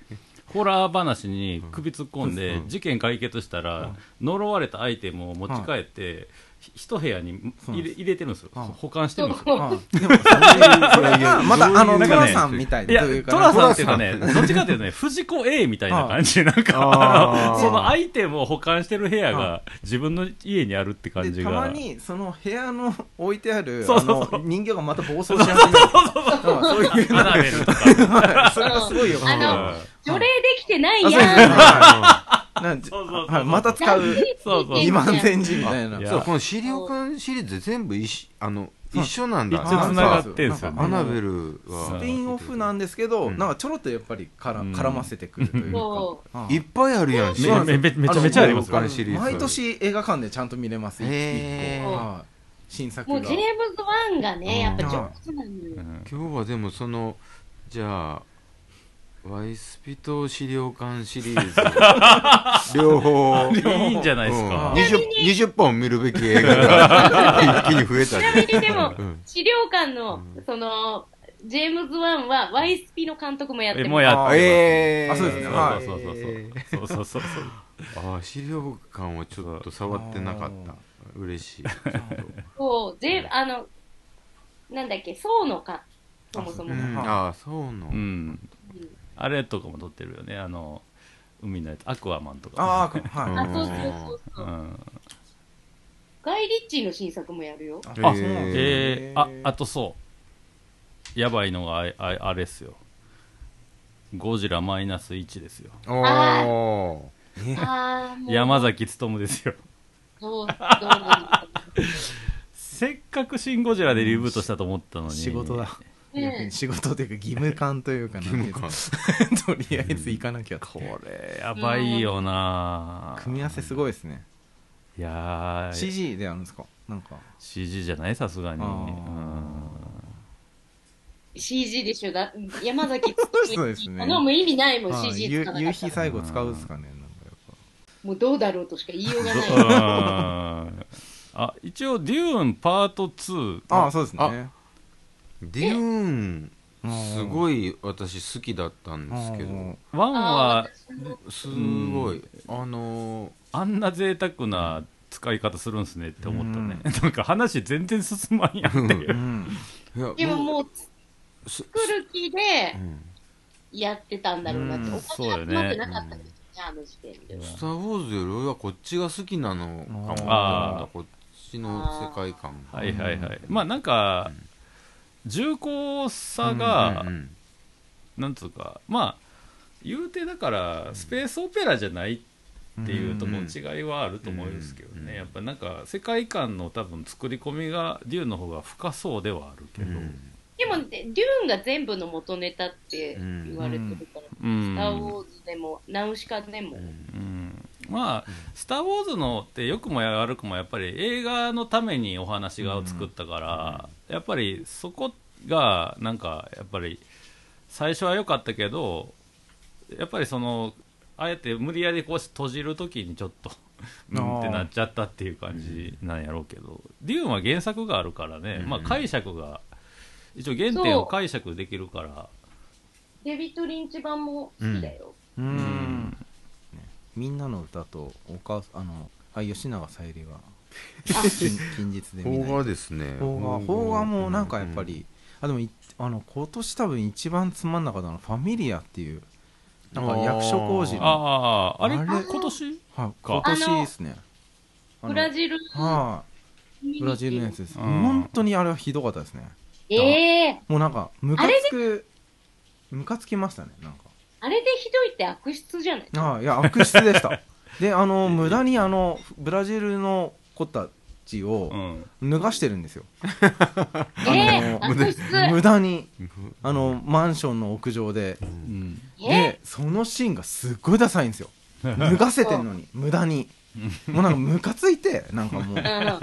D: ホラー話に首突っ込んで、
B: うん
D: 事件解決したら、呪われたアイテムを持ち帰って、ひ一部屋に
C: そうな
D: 入
C: ん
D: れ
C: で
D: 入れてるんですよ、
C: うん
D: 保管してるんですよ
C: はいでもそれがまたあの
D: なんか
C: 寅
D: ね
C: さんみたい
D: い
C: な
D: や、
C: というか
D: トラさんっていうか
C: か
D: ね、どっちかっていうとね、藤子 A みたいな感じ、なん
B: あ
D: か、あ
B: ー
D: のそのアイテムを保管してる部屋が自分の家にあるって感じ
C: でた
D: が。
C: まにその部屋の置いてある
D: そうそうそ
C: あの人形がまた暴走し始めるうんそういう
D: アナベルとか。
C: はいそれがすごいよ
A: あ
C: うん
A: の
C: は
A: 除霊できてないやん。
C: いなんか
D: そうそうそう
C: はいまた使う
D: そうそう
C: 2万
A: 円。
C: 千字みたいない
D: や
B: そうこの資料館シリーズ全部一緒あの
C: そう
B: 一緒なんだ
D: 一応
C: あ
D: 繋がってんすよね
B: アナベルは
C: スピンオフなんですけ
B: う
C: ど
B: ん
C: なんかちょろっとやっぱりから
D: うん
C: 絡ませてくるというか
A: そ
C: はい
B: っぱいあるやん
D: めめめめちゃめちゃありますよ
B: あのシリーズ
C: 毎年映画館でちゃんと見れます一
B: へ
A: ー
C: 個はい新作
A: もう
C: が
A: ジェームズ・ワンがね、やっぱ上手なの
D: う
A: よ。
D: ん
B: 今日はでもそのじゃあワイスピと資料館シリーズ 両方
D: いいんじゃないです
B: うん
D: か。
B: 20, 20本見るべき 映画が一気に増えた
A: ちなみ
B: ね
A: にでも
B: う、ん
A: 資料館の、その、ジェームズ・ワンは Y スピの監督もやって
D: え
A: る
D: もうやっ
C: あ
D: て
B: ええ
C: あそうですね
D: ま
C: は
D: す
C: い
D: そうそうそうそうそうそうそう
B: ああ資料館をちょっと触ってなかった
C: あ
B: 嬉しい
A: そう、ジェあの、なんだっけ、層のか、そもそ
B: うん
A: も。
C: はい
B: ああそうの
D: うんあれとかも撮ってるよねあの海のやつアクアマンとか
C: ああはい、
B: うん
A: あ、そうそうそう
D: う
A: そう。
D: ん
A: ガイ・リッチーの新作もやるよ。
C: あ
D: あ
B: へ
C: そうなんですね
D: えー、ああとそうやばいのがあいあいあれっすよゴジラマイナス1ですよ
B: おお
A: ああ、 もう。
D: 山崎努ですよ
A: そう、そうなんだ
D: せっかく「シン・ゴジラ」でリブートしたと思ったのに
C: 仕事だ、
A: ね
C: 仕事というか義務感というかなんていうか とりあえず行かなきゃこれ
D: やばいよな
C: 組み合わせすごいですね
D: いやー
C: CG であるんですかなんか
D: CG じゃないさすがに
C: あー
D: うん
A: え CG でしょ。だ山崎
C: そうですね
A: のも意味ないもん、
C: あ
A: CG
C: 夕
A: 使わ
C: 夕
A: なか
C: 日
A: ったら。
C: 最後使うんですかねなんかやっぱ
A: もうどうだろうとしか言いようが
D: どう
A: ない。
D: んあ一応「デューンパート2」
C: ああそうですね
B: デューンす
C: い
B: ごい私好きだったんですけど
D: 1は
B: すごいあのー
D: あんな贅沢な使い方するんすねって思ったね、なんか話全然進まんやんっていううん
B: いや
A: でももう、
B: うす
A: 作る気で
B: うん
A: やってたんだろうなって。
C: うん
A: お金が集まってなかったんですよね、あの時点では。
B: スター・ウォーズより俺はこっちが好きなのかも
D: あー
B: こっちの世界観が
D: はいはいはい、まあなんか重厚さが、
B: うんうん
D: なんつうかまあ言うてだからスペースオペラじゃないっていうとこ
B: うん
D: 違いはあると思うんですけどね、
B: うん
D: やっぱなんか世界観の多分作り込みがデューンの方が深そうではあるけど、
B: うん
A: でも、でデューンが全部の元ネタって言われてるから、
D: うん
A: スター・ウォーズでも、ナウシカでも、
D: うんまあ「スター・ウォーズ」のって良くも悪くもやっぱり映画のためにお話が作ったから、やっぱりそこがなんかやっぱり最初は良かったけどやっぱりそのあえて無理やりこう閉じる時にちょっとうんってなっちゃったっていう感じなんやろうけど「デューン」は原作があるからね、
B: うん
D: まあ、解釈が一応原点を解釈できるから。
A: デビッド・リンチ版も好きだよ。
C: う
D: うん
C: みんなの歌とお母さんあのあ吉永小百合が近近日で見
B: 邦
C: ない
B: 画ですね
C: 邦画邦画もなんかやっぱり、あでもいあの今年多分一番つまんなかったのは「ファミリア」っていうなんか役所広司の、
D: あああれ
C: あれ
D: 今年
C: はい、今年ですね
A: ブラ
C: ジ
A: ジル、
C: ルはい、ブラジルのやつです本当にあれはひどかったですね
A: ええ
C: もうなんかムカつくムカつきましたねなんか
A: あれでひどいって悪質じゃない
C: ああいや悪質でしたであの無駄にあのブラジルの子たちを
D: うん
C: 脱がしてる んですよ、
A: ええ
C: あの
A: 悪質
C: 無駄に
B: うん
C: あのマンションの屋上で
D: うん
A: え
C: でそのシーンがすっごいダサいんですよ脱がせてんのに無駄にもうなんかムカついてなんかもう
A: うん
C: あ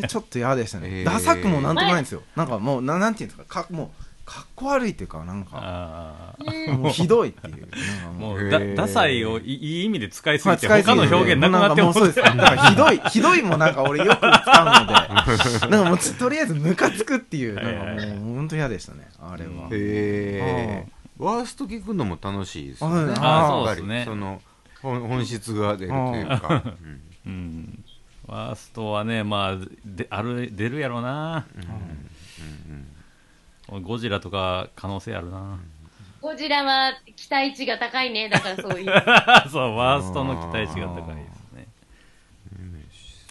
C: れちょっと嫌でしたね、
B: えー
C: ダサくもなんともないんですよなんかもうななんていうんですかかもうかっこ悪いっていうかなんか
D: ああ
A: ね
C: もうひどいっていうなんか
D: も
C: もう
D: うだ、
B: へー
D: ダサいをいいい意味で使いす
C: まあ
D: ぎて、他の表現なくなって
C: も
D: も
C: うそうですだからひどい ひどいもなんか俺よく使 うのでなんかもうつとりあえずムカつくっていうなんかもう本当嫌でしたねあれは、
B: へえワースト聞くのも楽しいですよね
C: あ
D: ー
B: やっぱり
D: そうですね
B: その本本質が出るというかうん
D: うん。ワーストはね、まあ、である出るやろうな。ゴジラとか可能性あるな。
A: ゴジラは期待値が高いね。だから そういう。
D: そう、ワーストの期待値が高いですね。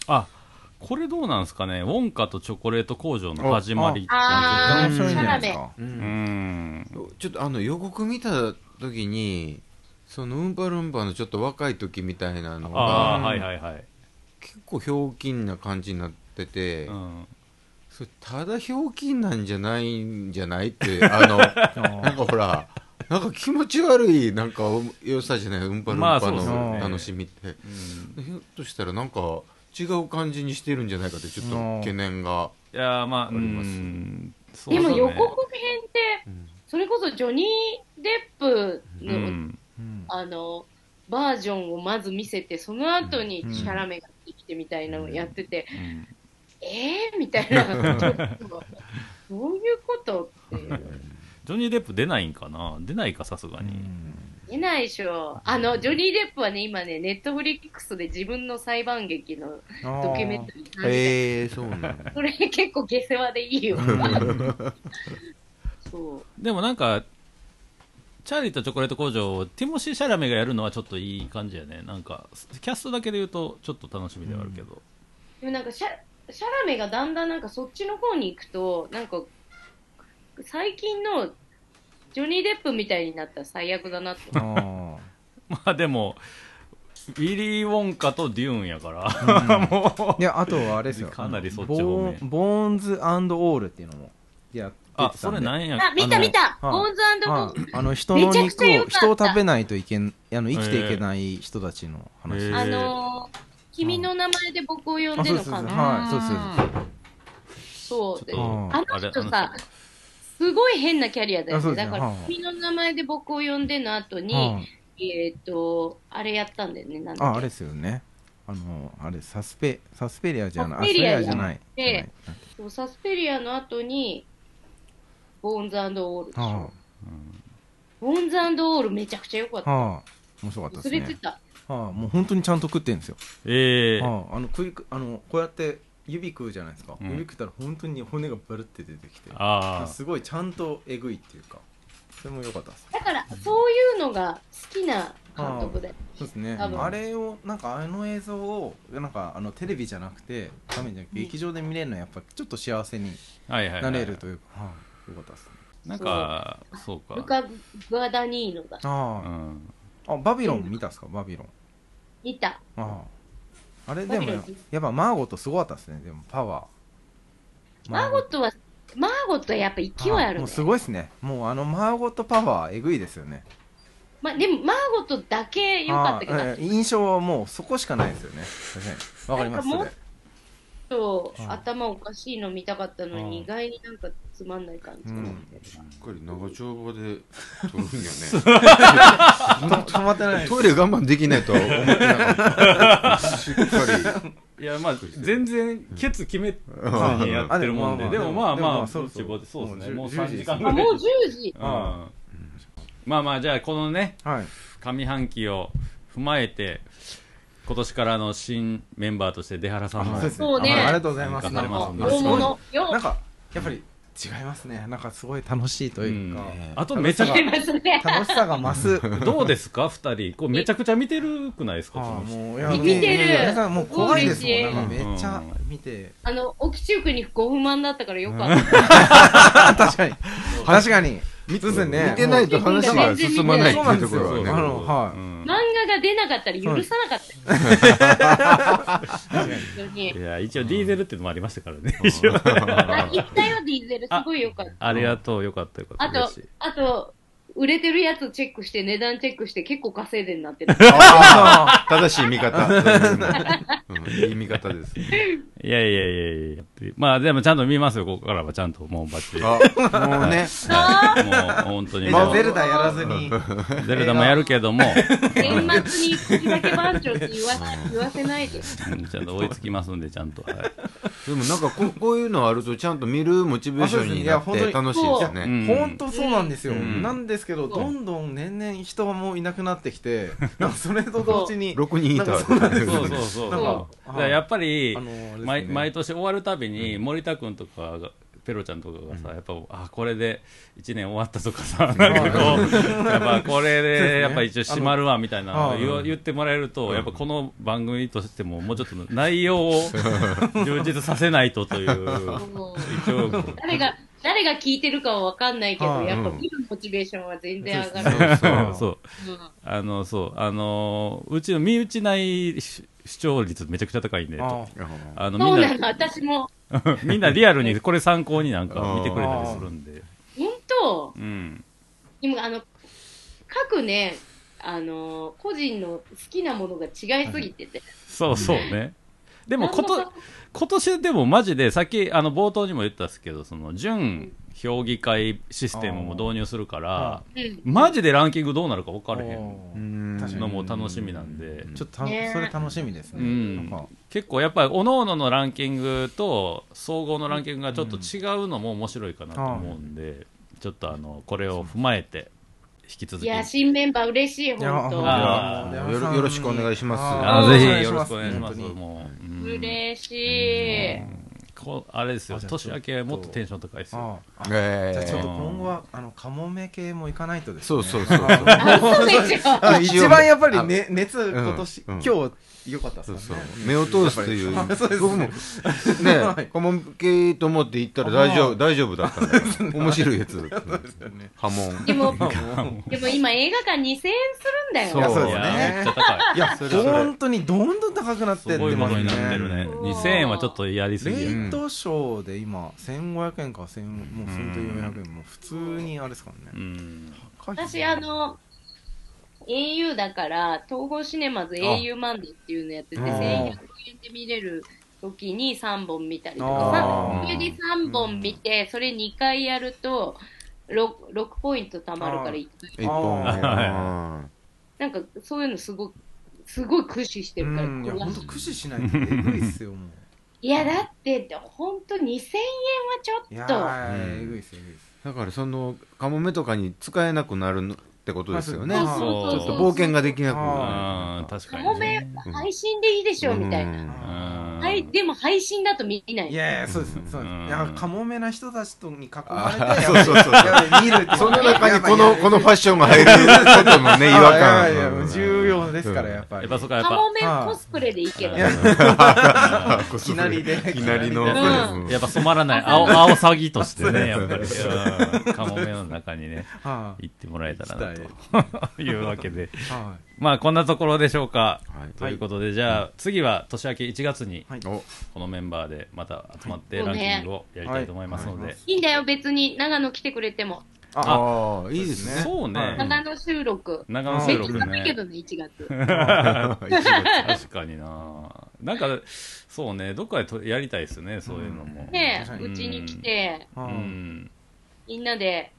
D: あこれどうなんですかね、ウォンカとチョコレート工場の始まりっていう
A: あ
C: 面白いんじゃないですか
B: う
D: うんん、
B: ちょっとあの予告見た時にそのウンパルンパのちょっと若い時みたいなの
D: ああ、
B: が
D: はいはいはい。
B: 結構ひょうきんな感じになってて、
D: うん
B: それただひょうきんなんじゃないんじゃないってあのな
C: あ
B: んかほらなんか気持ち悪いなんか良さじゃないウンパルン
D: まあ
B: パ
D: そうです
B: の
C: ね
B: 楽しみって、ひょっとしたらなんか違う感じにしてるんじゃないかってちょっと懸念が、
D: いやー、まあ、う
B: ります
D: ん、そう
A: で
D: だね
A: も予告編って、
B: うん
A: それこそジョニー・デップ
D: う
A: の、
D: ん、
C: うん
A: あの、バージョンをまず見せて、その後にシャラメが来てみたいなのをやってて、
D: うん
A: えーみたいな。ちょっとどういうことっていう。
D: ジョニー・デップ出ないんかな出ないか、さすが
C: う
D: に。
C: ん
A: いないでしょ。あの、ジョニー・デップはね、今ね、ネットフリックスで自分の裁判劇の
C: あ
A: ドキュメン
C: ー
A: タリーなんで、
B: へえそうなんだ
A: それ結構下世話でいいよ。そう。
D: でもなんか、チャーリーとチョコレート工場をティモシー・シャラメがやるのはちょっといい感じやね。なんか、キャストだけで言うとちょっと楽しみではあるけど。
A: でもなんかシャ、シャラメがだんだんなんかそっちの方に行くと、なんか、最近のジョニー・デップみたいになったら最悪だなって。
C: あ
D: まあでも、ウィリー・ウォンカとデューンやから、も
C: ーいやあとはあれですよ
D: かなりそっち
C: ボ
D: 方
C: ーン
D: 面
C: ボーンズオールっていうのもやってたん
D: あ、
C: で
D: それなんや。
A: あ、見た見た
C: あの
A: ボーンズボ
C: は
A: ーン
C: い、あの人の
A: めちゃくち
C: 肉
A: ゃ良か
C: を
A: った
C: 人を食べないといけんあの生きていけない人たちの話、
D: へー
A: あのー、君の名前で僕を呼んでのかな。
C: はいそうです
A: そう。で
D: ち
A: あ
C: ょっ
A: の
D: と
A: 人
D: あれあ
A: さ
D: の、
A: すごい変なキャリアだよ
C: あそう
A: ね。
C: です
A: だ
C: ね
A: から
C: は、い
A: 君の名前で僕を呼んでの後
C: は
A: に、
C: い
A: えっと、あれやったんだよね。なんだ
C: あ
A: っ
C: あ
A: け
C: れですよねあのあれサスペサスペリアじゃな
A: サ
C: い
A: スペリア
C: あスペじゃない
A: で
C: じゃない
A: そうサスペリアの後に、ボーンズオールでし
C: は
A: ょ。ボーンズオールめちゃくちゃ良かっ
C: あ
A: た。
C: はあ面白かった
A: 忘
C: で
A: れ
C: す
A: て
C: ね
A: た。
C: はあもう本当にちゃんと食ってんですよ、
D: ええ
C: はああの食いあのこうやって指食うじゃないですか、
D: うん
C: 指食ったら本当に骨がブルって出てきて
D: ああ。
C: すごいちゃんとえぐいっていうかそれも良かったです
A: だから、そういうのが好きな監督で。
C: そうですね。
A: 多分
C: あれをなんかあの映像をなんかあのテレビじゃなくて画面じゃなくて
A: うん
C: 劇場で見れるのはやっぱちょっと幸せに
D: はいはい、はい。
C: なれるというか、はい、よかったですね。
D: なんか、そう
A: ル
D: か。
A: カ・グアダニーノだ。
D: う
C: あ
D: ん。
C: あ、あバビロン見たんですかバビロン。
A: 見た。
C: ああ、あれでも
A: バビロン
C: やっぱマーゴットすごかったですね。でもパワー。
A: マーゴットは、マーゴットはやっぱ勢いあ
C: はい
A: る
C: も
A: ね
C: う。すごいですね。もうあのマーゴットパワーえぐいですよね。
A: まあ、でも、マーゴットだけ良かったけど、
C: ああええ印象はもうそこしかないですよね。確かにわかります。
A: なんかも
C: それ
A: ちょっ
C: う
A: と
C: ん
A: 頭おかしいの見たかったの
C: うん
A: に、意外になんかつまんない感じかなみたい
B: し
A: な。
B: っかり長丁場で撮るんよ
C: と止まってない
B: ね
C: です。
B: トイレ我慢できないとは思ってなかったしっかり
D: いや、まあ、全然、ケツ決めず
C: ん
D: にやってるもんで。
C: あ
D: で
C: で
D: も
C: も
D: ま
C: ま
D: あ
C: あ
D: まあ、
C: でもまあそろそろ
D: ぼちぼちそうですね。も
C: も
D: う
C: う
D: 3
C: 10
D: 時間ぐ
A: あ、
D: らい。
A: もう10時。
D: うんまあまあ、じゃあ、このね、
C: はい。
D: 上半期を踏まえて、今年からの新メンバーとして出原さんも
C: あですね
A: そうね
C: あありがとうございます。
D: 頑張ります
A: あ
D: んで
A: 大物。よ
C: なんかやっぱり違いますね。なんかすごい楽しいというか、
D: うんあとめちゃく
A: 違
D: ち
A: いますね。
C: 楽しさが増す。
D: ゃ、どうですか、二人。こうめちゃくちゃ見てるくないですか、こ
C: あ
D: の
C: あ
D: 人
C: もう
A: 見てる
C: 皆さんもう怖いですもん。なんか
D: 嬉しい
C: めっちゃ見て。
A: あの、沖中区にご不満だったからよかった。
C: あ確かに確かに。見てね。
B: 見てないと話が進まないっていうところ
C: そう
B: はね
C: なんですよはい
D: うん
A: 漫画が出なかったら許さなかったよ。本当に
D: い。や、一応ディーゼルっていうのもありましたからね。
A: あ、行ったよ、ディーゼル。すごいよかった。
D: ありがとう、よかった、よか
A: あ
D: った。
A: と
D: 嬉しい、
A: あと、売れてるやつチェックして、値段チェックして、結構稼いでんなってる。
B: あー正しい見方そういうのうんいい見方です
D: いやいやいやいや。まあ、でもちゃんと見ますよ、ここからは。ちゃんと、もうバッチリ。
B: あもうね
D: はいもう、本当に
C: えじ
D: も
C: ゃ
D: う
C: あゼルダやらずに。
D: ゼルダもやるけども、
A: 年末に口だけ番長って言わない言わせないで。
D: うんちゃんと追いつきますんで、ちゃんと。はい
B: でもなんかここういうのあるとちゃんと見るモチベーションになっ
C: あそうです
B: て
C: ねいや
B: 楽しいです
D: う
B: ね
D: ん
C: 本当そうなんですよ。
D: ん
C: なんですけど、
A: ん
C: どんどん年々人はもういなくなってきて、なんかそれと同時に。
B: 6人いた
C: なんかそうなんですよ
D: そうそうそう。だ
C: なん
D: か
C: から
D: やっぱり
C: あのあれですね
D: 毎、毎年終わるたびに、森田君とかが、ペロちゃんとかがさ、やっぱ、あ、これで1年終わったとかさ、 なんかこう、やっぱ
C: そ
D: これ
C: うです
D: で、
C: ね
D: やっぱ一応締まるわ、みたいなのを
C: あの
D: 言
C: う
D: うん言ってもらえると、やっぱこの番組としても、もうちょっと内容 を充実させないとという、
A: もう
D: 一応、
A: 誰が、誰が聞いてるかはわかんないけ
C: は
A: ど、
C: い
A: やっぱ見るモチベーションは全然上が
C: そうで
A: る。
C: すね
D: そうそう。あの、そう、あの、うちの身内内し視聴率めちゃくちゃ高いんで、
C: あ
D: あの、み
A: そ
D: ん
A: うな
D: な、
A: の、私も。
D: みんなリアルにこれ参考になんか見てくれたりするんで。
A: 本当
D: うん。
A: 今、あの、各ね、あの、個人の好きなものが違いすぎてて。
D: そうそうね。でもこ
A: なん
D: と
A: か、
D: 今年でもマジで、さっきあの冒頭にも言ったんですけど、その、準評議会システムも導入するから、
A: うん。
D: マジでランキングどうなるか分か
C: あ
D: れへ
C: お
D: ん
C: ー
B: 確
D: のも楽しみなんで、
C: ちょっとたそ
A: ね
C: れ楽しみですね。
D: う
C: なん
D: ん
C: か、
D: 結構やっぱり各々のランキングと総合のランキングがちょっと違うのも面白いかなと思うんで、ちょっとあのこれを踏まえて引き続
A: い
D: き
A: や、新メンバー嬉しい、
C: いや
A: 本
D: 当
A: 当。
D: あ
B: ーよろよろしくお願いします
D: あ
B: ー
D: ぜひよろしくお願いします。
C: 本当に
D: もう、うん
A: 嬉しい。
D: こうあれですよ。
C: あじゃあちょっと
D: 年明けはもっとテンション高いですよ。
C: ああじ
B: え
C: ゃあちょっと
B: ー
C: 今後はあのカモメ系も行かないとです
B: そ
C: ね
B: うそうそう
A: あそうでしょ。
C: あ 一番やっぱり、
B: 一応
C: ね、熱今年、
B: うんうん
C: 今日良かったで
B: そ
C: す
B: う
C: か
B: そう
C: らね
B: 目を通すという
C: やっぱり そうですね
B: 僕も
C: は
B: ね
C: い
B: カモン系と思って行ったら大丈
C: あ
B: 夫
C: ー
B: 大丈夫だったん だよ面白いやつ波紋
A: でも、でも今映画館2000円するんだよ。
B: そう
C: いやそう
D: い
C: です
D: や
C: ね
D: めっちゃ高い。
C: いや
B: れそれ
C: 本当にどんどん高くなってっ
D: す
C: て
D: ごいも
C: ます
D: のになってる
C: ね
D: ね。
A: うん
D: 2000円はちょっとやりすぎや。
B: ね
C: レイトショーで今1500円か1000もう1000と400円もう普通にあれですから
D: う
C: ね
D: ん。
C: 高いですね
A: 私、あの、au だから、東宝シネマズ au マンデーっていうのやってて、
C: あ
A: 1100
C: ー
A: 円で見れる時に3本見たりと
C: あ
A: か
C: ー
A: さ、それで3本見て、それ2回やると、6, 6ポイント貯まるから一回
B: 一本
C: あ
D: ー
B: うん
A: なんかそういうのすごく、すごい駆使してるから、
C: うんいや
A: こう
C: 本当駆使しないとえぐいっすよも
A: いやだって、本当2000円
C: ういや
A: はちょっ
C: ー
B: うん
C: えぐいっすよえぐいっす
B: だからそのカモメとかに使えなくなるのってことですよね
A: と。
C: まあ
B: ち
A: そうそう
B: ょっ
A: そう
B: と冒険ができなくな
D: あー確
A: カ
D: か
A: モ
D: に
A: メ
D: ね。
A: 配信でいいでしょ、
B: る
A: みたいな。
B: うん
D: うん
A: はい、でも配信だと見ない
C: いやいやそうですそうです
D: うん
C: いやカモメな人たちとに囲ま
B: あ
C: れて
B: ーそうそうそう
C: やばい見るって
B: その中にこ
C: やば
B: の
C: い
B: このファッションが入ることも ね違
C: や
B: 和
C: ばいやばいやばい
B: 感
C: 重要ですからやっぱ
D: や
C: り
D: っぱそ
C: い
D: こはやっ
A: カ
D: ぱ
A: モメコスプレでいいけど
D: いや
A: ね。
B: い
C: きなりで
B: いきなりの
A: うん
B: うん
D: やっぱ染まらない青青サギとしてね、やっぱり、うんカモメの中にね、
C: は
D: 行ってもらえたら
C: 行き
D: なというわけで、
C: いは
D: まあこんなところでしょうか。
B: はい
D: ということで、じゃあ次は年明け1月に
C: いはい
B: お
D: このメンバーでまた集まって
A: はい
D: ランキングをやりたいと思いますの
C: はい
D: で
C: は、
A: いいんだよ、別に長野来てくれても。
C: あ
B: ああいいですね
D: そうね
B: はい
A: 長野収録。
D: 長野
A: め
D: 収
A: っち
D: 録
A: ゃ寒いけ
D: ね。
A: どね、1月。
D: 確かにな。なんか、そうね、どっかでとやりたいですね、そういうのも。
A: ね
C: 確か
A: え、
C: に
A: うちに来て、
C: あ
D: う
C: ー
D: ん。
A: みんなで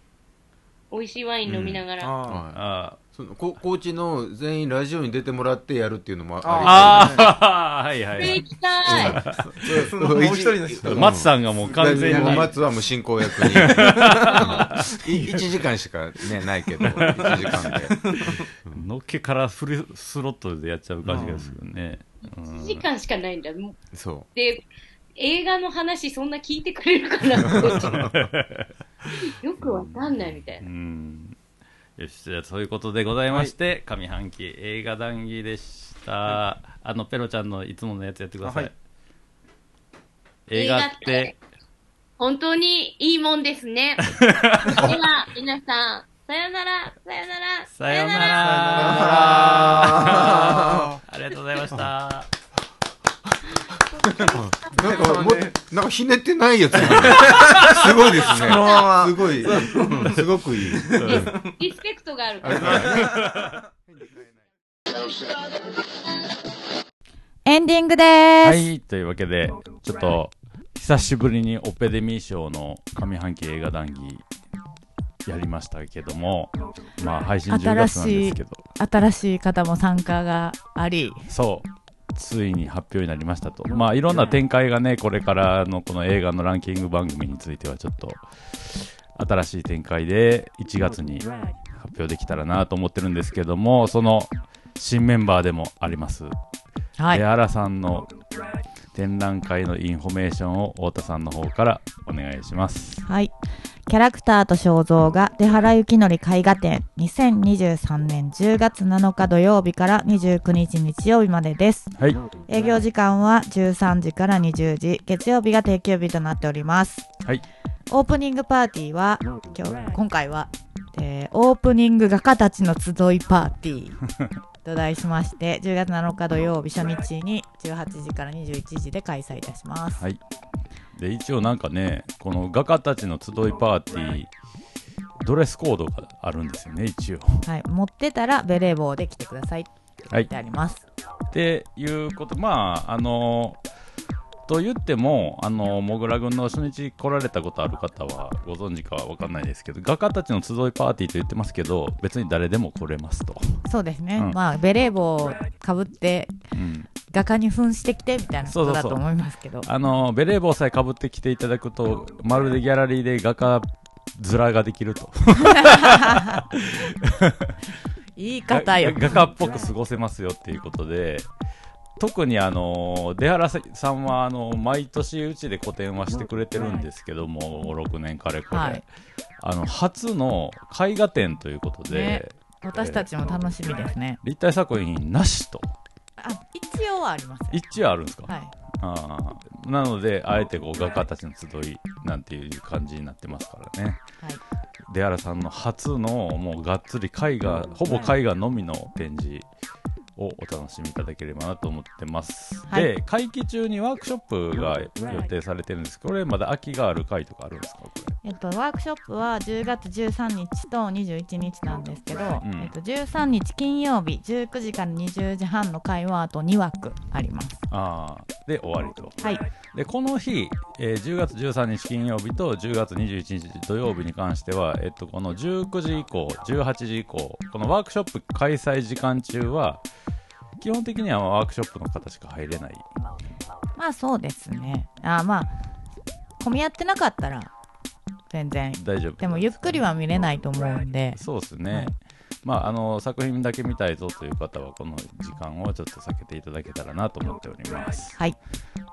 A: 美味しいワイン飲みながら。
C: あ
B: はい
D: あ
B: そのこコーチの全員ラジオに出てもらってやるっていうのも
D: あ、
B: あ
D: ああ、 はいは
A: そ
D: いは
A: れ
D: い。
A: 行きたい。
C: ーそのもう一人の人
B: うん
D: 松さんがもう完全に。
B: 松はもう進行役 に1時間しかねない けど1時間で
D: のっけからフルスロットルでやっちゃう感じがするね。
A: 1時間しかないんだ。もう
B: そ
A: で、映画の話そんな聞いてくれるかな、こっち よくわかんないみたい
D: うん
A: な。
D: よし、じゃあ、そういうことでございまして、上半期映画談義でした。あの、ペロちゃんのいつものやつやってください。
C: あはい
D: 映画って、
A: 本当にいいもんです ね。では、皆さん、さよなら、さよなら、
D: さようなら。ありがとうございました。
B: うなんかもうなんかひねってないやつすごいですねすごいうんすごくいい
A: リスペクトがあるから。
E: エンディングです。
D: はい、というわけで、ちょっと、久しぶりにオペデミー賞の上半期映画談義、やりましたけども、まあ、配信10月なんですけど、
E: 新しい方も参加があり、
D: そう、ついに発表になりましたと。まあ、いろんな展開がね、これからのこの映画のランキング番組については、ちょっと、新しい展開で1月に発表できたらなと思ってるんですけども、その、新メンバーでもあります、
E: は
D: で
E: い、
D: アラさんの展覧会のインフォメーションを太田さんの方からお願いします。
E: はい、キャラクターと肖像画出原幸則絵画展2023年10月7日土曜日から29日日曜日までです
D: はい、
E: 営業時間は13時から20時月曜日が定休日となっております
D: はい、
E: オープニングパーティーは今日今回は、えーオープニング画家たちの集いパーティー と題しまして10月7日土曜日初日に18時から21時で開催いたします、
D: はい。で一応なんかね、この画家たちの集いパーティー、ドレスコードがあるんですよね、一応。
E: はい、持ってたらベレー帽で来てくださいって書いてあります、
D: っていうこと、まあ、あのと言っても、あのもぐら軍の初日来られたことある方はご存知かわかんないですけど、画家たちの集いパーティーと言ってますけど、別に誰でも来れますと。
E: そうですね、
D: うん
E: まあベレー帽をかぶって
D: うん
E: 画家に扮してきてみたいなことだと思いますけど
D: あのベレー帽さえかぶってきていただくとまるでギャラリーで画家ズラができると
E: 言い方よ
D: が画家っぽく過ごせますよっていうことで特にあの出原さんはあの毎年うちで個展はしてくれてるんですけども56年かれこれ、
E: はい
D: あの初の絵画展ということで、
E: ね私たちも楽しみですね
D: 立体作品なしと
E: あ一応はありますね
D: 一応あるんですか、
E: はい
D: ああなのであえてこう画家たちの集いなんていう感じになってますからね
E: はい
D: 出原さんの初のもうがっつり絵画ほぼ絵画のみの展示をお楽しみいただければなと思ってます、
E: はい
D: で会期中にワークショップが予定されてるんですこれまだ空きがある会とかあるんですかこ
E: えっと、ワークショップは10月13日と21日なんですけど、
D: ん
E: えっと、13日金曜日19時から20時半の会はあと2枠あります。
D: れああで終わりと
E: はい、
D: でこの日、えー10月13日金曜日と10月21日土曜日に関しては、えっと、この19時以降18時以降このワークショップ開催時間中は基本的にはワークショップの方しか入れない
E: まあそうですね。あーまあ混み合ってなかったら全然。
D: 大丈夫
E: でもゆっくりは見れないと思うんで、
D: そうです
E: は
D: ね
E: い、
D: まあ、あの作品だけ見たいぞという方はこの時間をちょっと避けていただけたらなと思っております。
E: はい、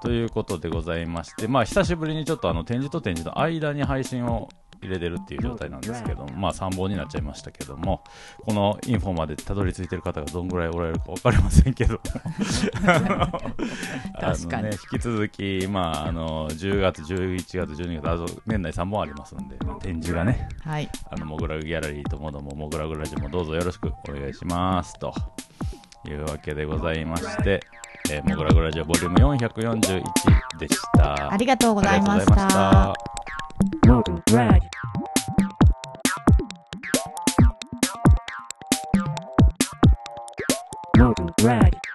D: ということでございまして、まあ、久しぶりにちょっとあの展示と展示の間に配信を入れてるっていう状態なんですけども、まあ、参謀になっちゃいましたけどもこのインフォまでたどり着いてる方がどんぐらいおられるか分かりませんけどあ
E: 確か
D: の、
E: に
D: ね、引き続き、まあ、あの10月11月12月あと年内3本ありますんで展示がね
E: はい、
D: あの、モグラグギャラリーともども、モグラグラジオもどうぞよろしくお願いします。というわけでございまして、えーモグラグラジオボリューム441でした。
E: ありがとうございまし
D: ありがとうござ
F: Welcome,
D: い
E: た。。
F: Brad. Welcome, Brad.